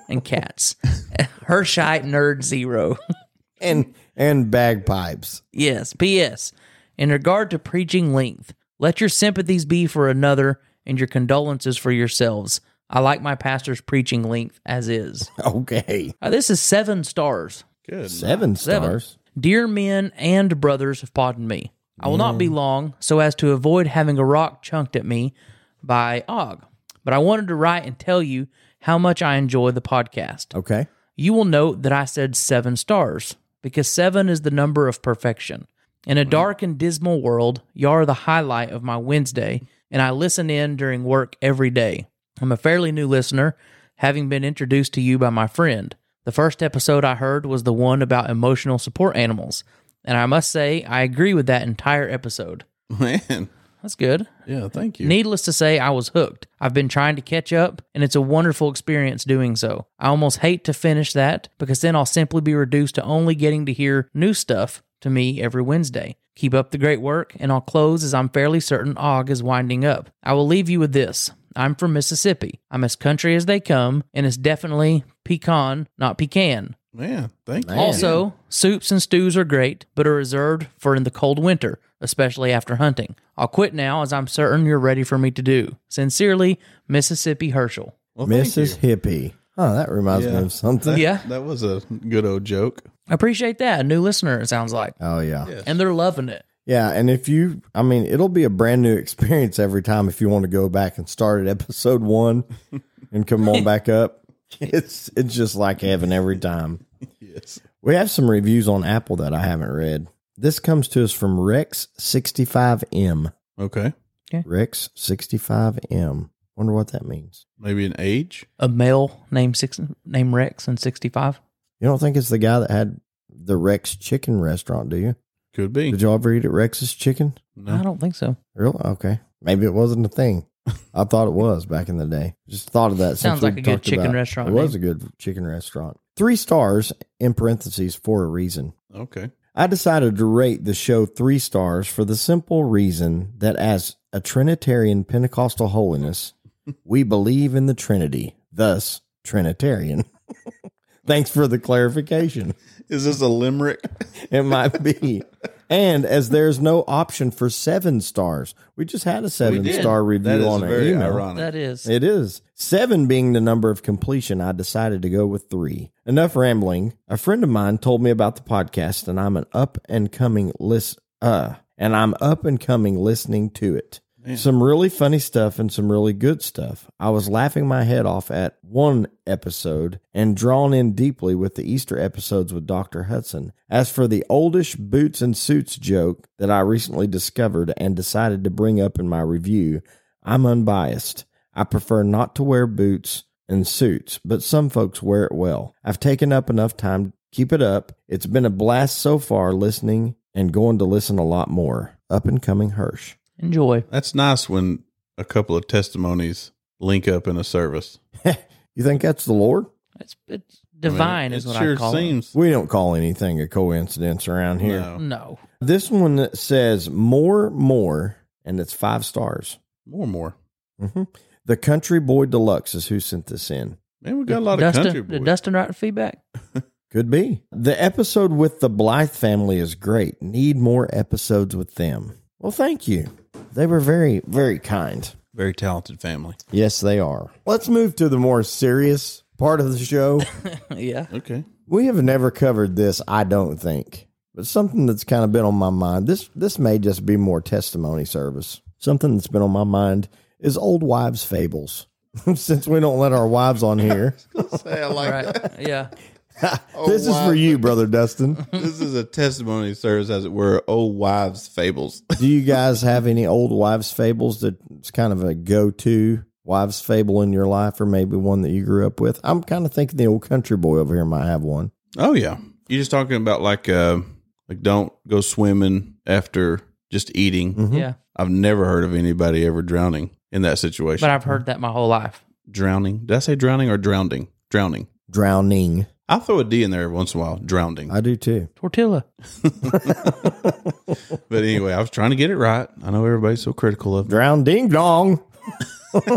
Speaker 7: And cats. Hershite Nerd Zero.
Speaker 3: and and bagpipes.
Speaker 7: Yes. P.S. In regard to preaching length, let your sympathies be for another and your condolences for yourselves. I like my pastor's preaching length as is.
Speaker 3: Okay.
Speaker 7: Uh, this is seven stars.
Speaker 1: Good.
Speaker 3: Seven
Speaker 7: Seven.
Speaker 3: stars.
Speaker 7: Dear men and brothers, have pardoned me. I will not be long, so as to avoid having a rock chunked at me by Og. But I wanted to write and tell you how much I enjoy the podcast.
Speaker 3: Okay.
Speaker 7: You will note that I said seven stars because seven is the number of perfection. In a dark and dismal world, you are the highlight of my Wednesday, and I listen in during work every day. I'm a fairly new listener, having been introduced to you by my friend. The first episode I heard was the one about emotional support animals, and I must say I agree with that entire episode.
Speaker 1: Man.
Speaker 7: That's good.
Speaker 1: Yeah. Thank you.
Speaker 7: Needless to say, I was hooked. I've been trying to catch up, and it's a wonderful experience doing so. I almost hate to finish that because then I'll simply be reduced to only getting to hear new stuff to me every Wednesday. Keep up the great work, and I'll close as I'm fairly certain Og is winding up. I will leave you with this. I'm from Mississippi. I'm as country as they come, and it's definitely pecan, not pecan.
Speaker 1: Man. Thank you.
Speaker 7: Also, soups and stews are great, but are reserved for in the cold winter, especially after hunting. I'll quit now as I'm certain you're ready for me to do. Sincerely, Mississippi Herschel.
Speaker 1: Well, thank
Speaker 3: Mrs. Hippie. Oh, that reminds
Speaker 1: Yeah.
Speaker 3: me of something.
Speaker 7: Yeah.
Speaker 1: you. That was a good old joke.
Speaker 7: Appreciate that. A new listener, it sounds like.
Speaker 3: Oh yeah. yeah.
Speaker 7: And they're loving it.
Speaker 3: and if you I mean, it'll be a brand new experience every time if you want to go back and start at episode 1 and come on back up. It's it's just like heaven every time.
Speaker 1: Yes.
Speaker 3: We have some reviews on Apple that I haven't read. This comes to us from Rex65M.
Speaker 1: Okay.
Speaker 3: Rex65M. Wonder what that means.
Speaker 1: Maybe an age.
Speaker 7: A male named six named Rex in sixty five.
Speaker 3: You don't think it's the guy that had the Rex chicken restaurant, do you?
Speaker 1: Could be.
Speaker 3: Did y'all ever eat at Rex's Chicken?
Speaker 7: I
Speaker 1: No.
Speaker 7: don't think so.
Speaker 3: Really? Okay. Maybe it wasn't a thing. I thought it was back in the day. Just thought of that. since
Speaker 7: Sounds like
Speaker 3: we've
Speaker 7: a good
Speaker 3: talked
Speaker 7: chicken
Speaker 3: about it.
Speaker 7: restaurant
Speaker 3: It was a
Speaker 7: name.
Speaker 3: good chicken restaurant. Three stars in parentheses for a reason.
Speaker 1: Okay.
Speaker 3: I decided to rate the show three stars for the simple reason that as a Trinitarian Pentecostal holiness, we believe in the Trinity, thus Trinitarian. Thanks for the clarification.
Speaker 1: Is this a limerick?
Speaker 3: It might be. And as there's no option for seven stars, we just had a seven
Speaker 1: did.
Speaker 3: star review
Speaker 1: That is
Speaker 3: on our
Speaker 1: very
Speaker 3: email.
Speaker 1: ironic.
Speaker 7: That is.
Speaker 3: It is. Seven being the number of completion, I decided to go with three. Enough rambling. A friend of mine told me about the podcast, and I'm an up and coming list uh and I'm up and coming listening to it. Some really funny stuff and some really good stuff. I was laughing my head off at one episode and drawn in deeply with the Easter episodes with Dr. Hudson. As for the oldish boots and suits joke that I recently discovered and decided to bring up in my review, I'm unbiased. I prefer not to wear boots and suits, but some folks wear it well. I've taken up enough time. Keep it up. It's been a blast so far listening and going to listen a lot more. Up and coming Hirsch.
Speaker 7: Enjoy.
Speaker 1: That's nice when a couple of testimonies link up in a service.
Speaker 3: You think that's the Lord?
Speaker 7: It's it's divine
Speaker 1: I mean,
Speaker 7: is what
Speaker 1: sure
Speaker 7: I call
Speaker 1: seems.
Speaker 3: We don't call anything a coincidence around here.
Speaker 7: it.
Speaker 1: No.
Speaker 7: No.
Speaker 3: This one that says more, more, and it's five stars.
Speaker 1: More and more.
Speaker 3: hmm The Country Boy Deluxe is who sent this in.
Speaker 1: Man, we got a lot
Speaker 7: Dustin,
Speaker 1: of country boys.
Speaker 7: did Dustin write feedback?
Speaker 3: Could be. The episode with the Blythe family is great. Need more episodes with them. Well, thank you. They were very, very kind.
Speaker 1: Very talented family.
Speaker 3: Yes, they are. Let's move to the more serious part of the show.
Speaker 7: yeah.
Speaker 1: Okay.
Speaker 3: we have never covered this, I don't think. But something that's kind of been on my mind. This this may just be more testimony service. Something that's been on my mind is old wives' fables. Since we don't let our wives on here,
Speaker 7: Right. Yeah.
Speaker 3: this is for you, brother Dustin.
Speaker 1: this is a testimony service, as it were. Old wives' fables.
Speaker 3: Do you guys have any old wives' fables that's kind of a go to wives' fable in your life, or maybe one that you grew up with? I'm kind of thinking the old country boy over here might have one.
Speaker 1: Oh yeah. You're just talking about like uh like don't go swimming after just eating.
Speaker 7: Yeah.
Speaker 1: I've never heard of anybody ever drowning in that situation.
Speaker 7: But I've heard that my whole life.
Speaker 1: drowning. Did I say drowning or drowning? Drowning.
Speaker 3: Drowning.
Speaker 1: I'll throw a D in there every once in a while. Drowning.
Speaker 3: I do too.
Speaker 7: Tortilla.
Speaker 1: but anyway, I was trying to get it right. I know everybody's so critical of me.
Speaker 3: Drown ding dong.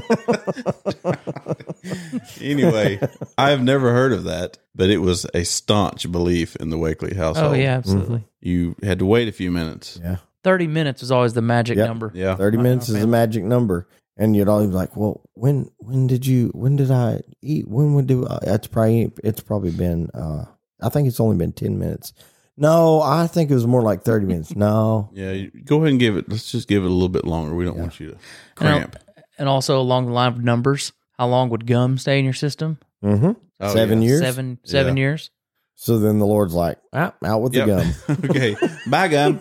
Speaker 1: Anyway, I have never heard of that, but it was a staunch belief in the Wakely
Speaker 7: Oh,
Speaker 1: household.
Speaker 7: yeah,
Speaker 1: Mm-hmm.
Speaker 7: absolutely.
Speaker 1: You had to wait a few minutes.
Speaker 3: Yeah.
Speaker 7: 30 minutes is always the magic
Speaker 3: Yep.
Speaker 7: number.
Speaker 1: Yeah.
Speaker 3: 30 minutes is a magic number. And you'd always be like, well, when when did you when did I eat? When would do I, it's probably it's probably been uh I think it's only been 10 minutes. No, I think it was more like 30 minutes. No.
Speaker 1: Yeah, you- go ahead and give it. Let's just give it a little bit longer. We don't want you to cramp.
Speaker 7: And also along the line of numbers, how long would gum stay in your system?
Speaker 3: Mm-hmm.
Speaker 1: Oh,
Speaker 3: Seven
Speaker 1: yeah.
Speaker 3: years.
Speaker 7: Seven seven
Speaker 1: Yeah.
Speaker 7: years.
Speaker 3: So then the Lord's like, ah, out with the gum.
Speaker 1: Yep. okay. Bye, gum.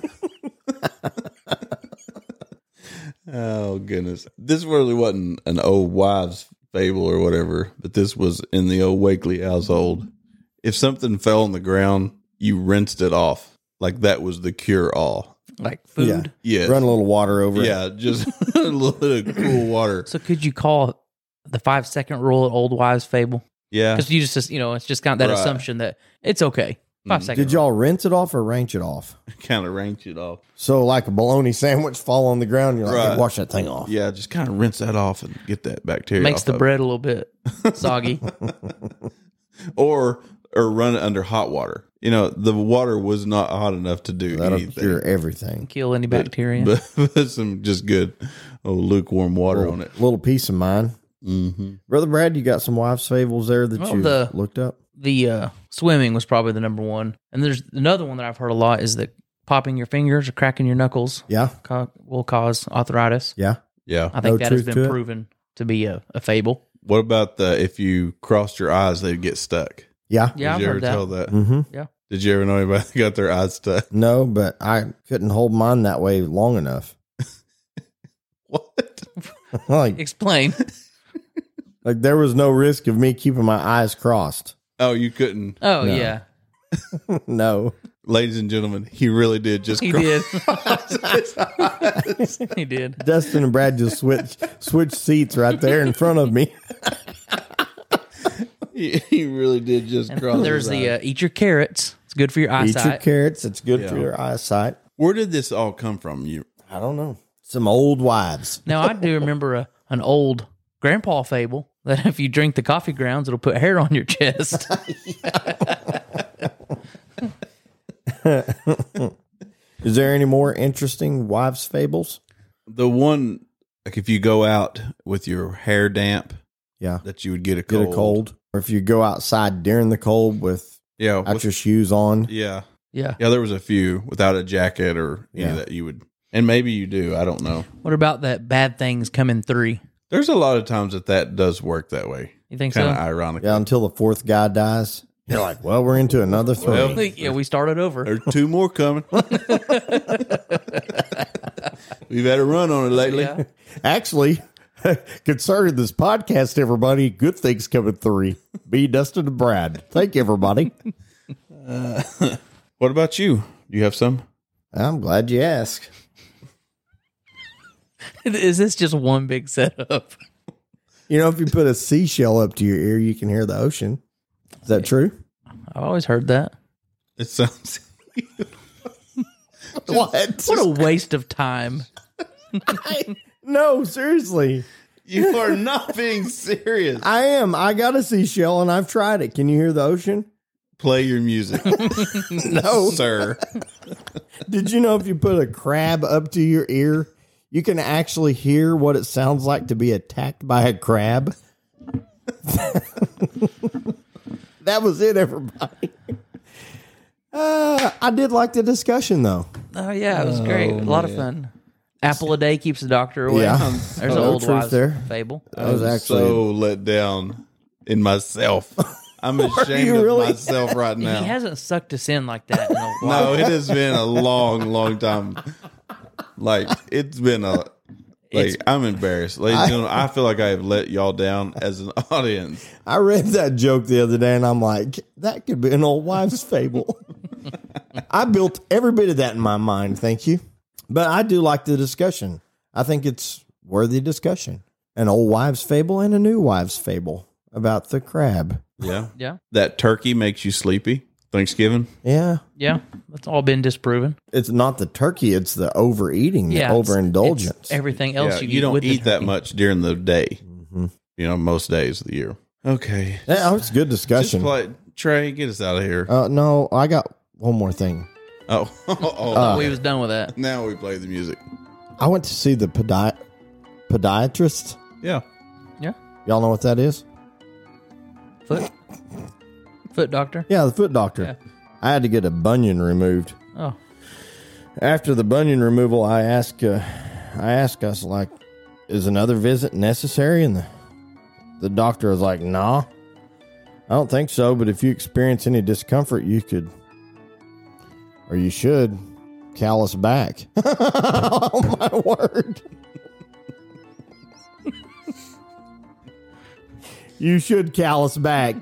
Speaker 1: oh goodness, this really wasn't an old wives' fable or whatever, but this was in the old Wakely household. If something fell on the ground, you rinsed it off like that was the cure all.
Speaker 7: Like food.
Speaker 3: Yeah.
Speaker 1: Yes.
Speaker 3: Run a little water over it.
Speaker 1: yeah, just a little bit of cool water.
Speaker 7: So could you call the five second rule an old wives' fable?
Speaker 1: Yeah,
Speaker 7: Because you just, you know, it's just kind of that
Speaker 1: Uh, Right. Hmm.
Speaker 7: assumption that it's okay. Five seconds.
Speaker 3: Did y'all rinse it off or range it off?
Speaker 1: kind of rinsed it off.
Speaker 3: So like a bologna sandwich fall on the ground, you're like,
Speaker 1: Right.
Speaker 3: "Hey, wash that thing off.
Speaker 1: Yeah, just kind of rinse that off and get that bacteria.
Speaker 7: Makes
Speaker 1: off
Speaker 7: the
Speaker 1: of it.
Speaker 7: bread a little bit soggy.
Speaker 1: or or run it under hot water. You know, the water was not hot enough to do
Speaker 3: That'll
Speaker 1: anything.
Speaker 3: cure everything.
Speaker 7: Kill any bacteria.
Speaker 1: But, but some just good old lukewarm water on it.
Speaker 3: Little piece of mine.
Speaker 1: Mm-hmm.
Speaker 3: Brother Brad, you got some wives' fables there that
Speaker 7: Well,
Speaker 3: you
Speaker 7: the-
Speaker 3: looked up?
Speaker 7: the uh, swimming was probably the number one. And there's another one that I've heard a lot is that popping your fingers or cracking your knuckles
Speaker 3: Yeah,
Speaker 7: ca- will cause arthritis.
Speaker 3: yeah.
Speaker 1: Yeah.
Speaker 7: I think
Speaker 3: No
Speaker 7: that has
Speaker 3: truth
Speaker 7: been
Speaker 3: to it?
Speaker 7: proven to be a, a fable.
Speaker 1: What about the if you crossed your eyes, they'd get stuck?
Speaker 3: Yeah.
Speaker 7: Yeah,
Speaker 1: Did
Speaker 7: I've
Speaker 1: you ever
Speaker 7: heard that.
Speaker 1: tell that?
Speaker 3: Mm-hmm.
Speaker 1: Did you ever know anybody that got their eyes stuck?
Speaker 3: No, but I couldn't hold mine that way long enough.
Speaker 1: What?
Speaker 3: like,
Speaker 7: Explain.
Speaker 3: like there was no risk of me keeping my eyes crossed.
Speaker 1: Oh, you couldn't.
Speaker 7: Oh
Speaker 3: No.
Speaker 7: yeah,
Speaker 3: no,
Speaker 1: Ladies and gentlemen, he really did just
Speaker 7: he
Speaker 1: cross
Speaker 7: did.
Speaker 1: his eyes.
Speaker 7: he did.
Speaker 3: Dustin and Brad just switched switched seats right there in front of me.
Speaker 1: He, he really did just
Speaker 7: And
Speaker 1: cross
Speaker 7: there's
Speaker 1: his
Speaker 7: the
Speaker 1: eyes.
Speaker 7: uh, eat your carrots. It's good for your
Speaker 3: Eat your
Speaker 7: eyesight.
Speaker 3: carrots; it's good for
Speaker 1: Yeah.
Speaker 3: your eyesight.
Speaker 1: Where did this all come from? You
Speaker 3: I don't know. Some old wives.
Speaker 7: now I do remember a, an old grandpa fable that if you drink the coffee grounds, it'll put hair on your chest.
Speaker 3: Is there any more interesting wives' fables?
Speaker 1: the one like if you go out with your hair damp
Speaker 3: Yeah,
Speaker 1: that you would get a
Speaker 3: get
Speaker 1: cold.
Speaker 3: a cold, or if you go outside during the cold with
Speaker 1: Yeah.
Speaker 3: out
Speaker 1: with-
Speaker 3: your shoes on.
Speaker 1: yeah.
Speaker 7: yeah.
Speaker 1: Yeah, there was a few without a jacket or any
Speaker 3: Yeah.
Speaker 1: of that you would and maybe you do, I don't know.
Speaker 7: What about that bad things coming three?
Speaker 1: There's a lot of times that that does work that way.
Speaker 7: You think
Speaker 1: Kind of
Speaker 7: so?
Speaker 1: ironic.
Speaker 3: Yeah, until the fourth guy dies. You're like, well, we're into another three.
Speaker 1: Well,
Speaker 7: yeah, we started over.
Speaker 1: There's two more coming. We've had a run on it lately.
Speaker 7: Yeah.
Speaker 3: Actually, concerning this podcast, everybody, good things coming three. Be Dustin and Brad. Thank you, everybody.
Speaker 1: What about you? Do you have some?
Speaker 3: I'm glad you asked.
Speaker 7: Is this just one big setup?
Speaker 3: You know, if you put a seashell up to your ear, you can hear the ocean. Is that true?
Speaker 7: I've always heard that.
Speaker 1: It sounds.
Speaker 3: What?
Speaker 7: What a waste of time.
Speaker 3: No, seriously.
Speaker 1: you are not being serious.
Speaker 3: I am. I got a seashell and I've tried it. Can you hear the ocean?
Speaker 1: Play your music. no, sir.
Speaker 3: Did you know if you put a crab up to your ear, you can actually hear what it sounds like to be attacked by a crab? that was it, everybody. Uh, I did like the discussion, though.
Speaker 7: Oh yeah, it was great. A lot of fun. Apple a day keeps the doctor away.
Speaker 3: Yeah. Oh,
Speaker 7: Um, There's an
Speaker 3: No
Speaker 7: old
Speaker 3: truth
Speaker 7: wives
Speaker 3: there.
Speaker 7: fable.
Speaker 1: Uh,
Speaker 3: That was actually
Speaker 1: so let down in myself. I'm ashamed
Speaker 3: you really?
Speaker 1: of myself right now.
Speaker 7: He hasn't sucked us in like that in a while.
Speaker 1: no, it has been a long, long time. Like it's been a. Like I'm embarrassed, ladies and gentlemen. I feel like I have let y'all down as an audience.
Speaker 3: I read that joke the other day and I'm like, that could be an old wives' fable. I built every bit of that in my mind, thank you. But I do like the discussion. I think it's worthy discussion. An old wives' fable and a new wives' fable about the crab.
Speaker 1: Yeah,
Speaker 7: Yeah,
Speaker 1: that turkey makes you sleepy. Thanksgiving.
Speaker 3: Yeah.
Speaker 7: yeah. That's all been disproven.
Speaker 3: It's not the turkey, it's the overeating, the
Speaker 7: Yeah, it's-
Speaker 3: overindulgence.
Speaker 7: it's everything else
Speaker 1: Yeah,
Speaker 7: you,
Speaker 1: you,
Speaker 7: eat
Speaker 1: don't
Speaker 7: with the
Speaker 1: eat that
Speaker 7: turkey.
Speaker 1: much during the day. You know, most days of the year. Mm-hmm. Okay,
Speaker 3: that was a good
Speaker 1: just
Speaker 3: discussion.
Speaker 1: play Trey. Get us out of here.
Speaker 3: Uh, no, I got one more thing.
Speaker 1: oh, oh,
Speaker 3: Uh,
Speaker 7: We was done with that.
Speaker 1: now we play the music.
Speaker 3: I went to see the podi- podiatrist.
Speaker 1: Yeah,
Speaker 7: Yeah,
Speaker 3: Y'all know what that is?
Speaker 7: foot, foot doctor.
Speaker 3: Yeah, the foot doctor. I had to get a bunion removed.
Speaker 7: Oh,
Speaker 3: After the bunion removal, I asked, uh, I asked us like, is another visit necessary? And the the doctor was like, Nah, I don't think so. But if you experience any discomfort, you could, or you should, callus back. oh my word! you should callus back.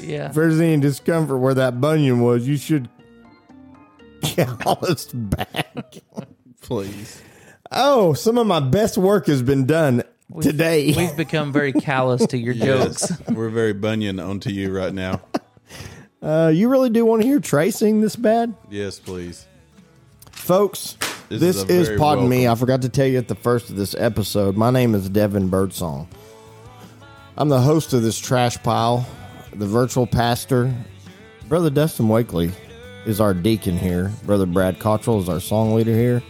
Speaker 7: yeah.
Speaker 3: If there's any discomfort where that bunion was, you should calloused back.
Speaker 1: please.
Speaker 3: Oh, some of my best work has been done today.
Speaker 7: We've become very callous to your jokes.
Speaker 1: Yes, we're very bunion onto you right now.
Speaker 3: Uh, you really do want to hear tracing this bad?
Speaker 1: Yes, please.
Speaker 3: Folks,
Speaker 1: This
Speaker 3: this,
Speaker 1: is a
Speaker 3: is,
Speaker 1: very
Speaker 3: pardon me, I forgot to tell you at the first of this episode. My name is Devin Birdsong. I'm the host of this trash pile, the virtual pastor. Brother Dustin Wakely is our deacon here. Brother Brad Cottrell is our song leader here.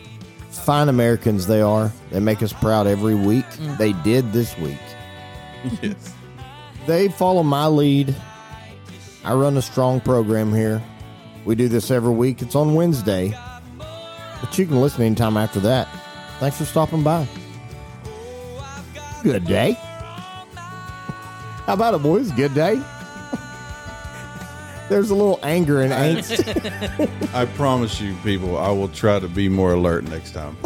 Speaker 3: Fine Americans they are. They make us proud every week. They did this week.
Speaker 1: Yes.
Speaker 3: They follow my lead. I run a strong program here. We do this every week. It's on Wednesday. But you can listen anytime after that. Thanks for stopping by. Good day. How about it, boys? Good day. There's a little anger and angst.
Speaker 1: I promise you, people, I will try to be more alert next time.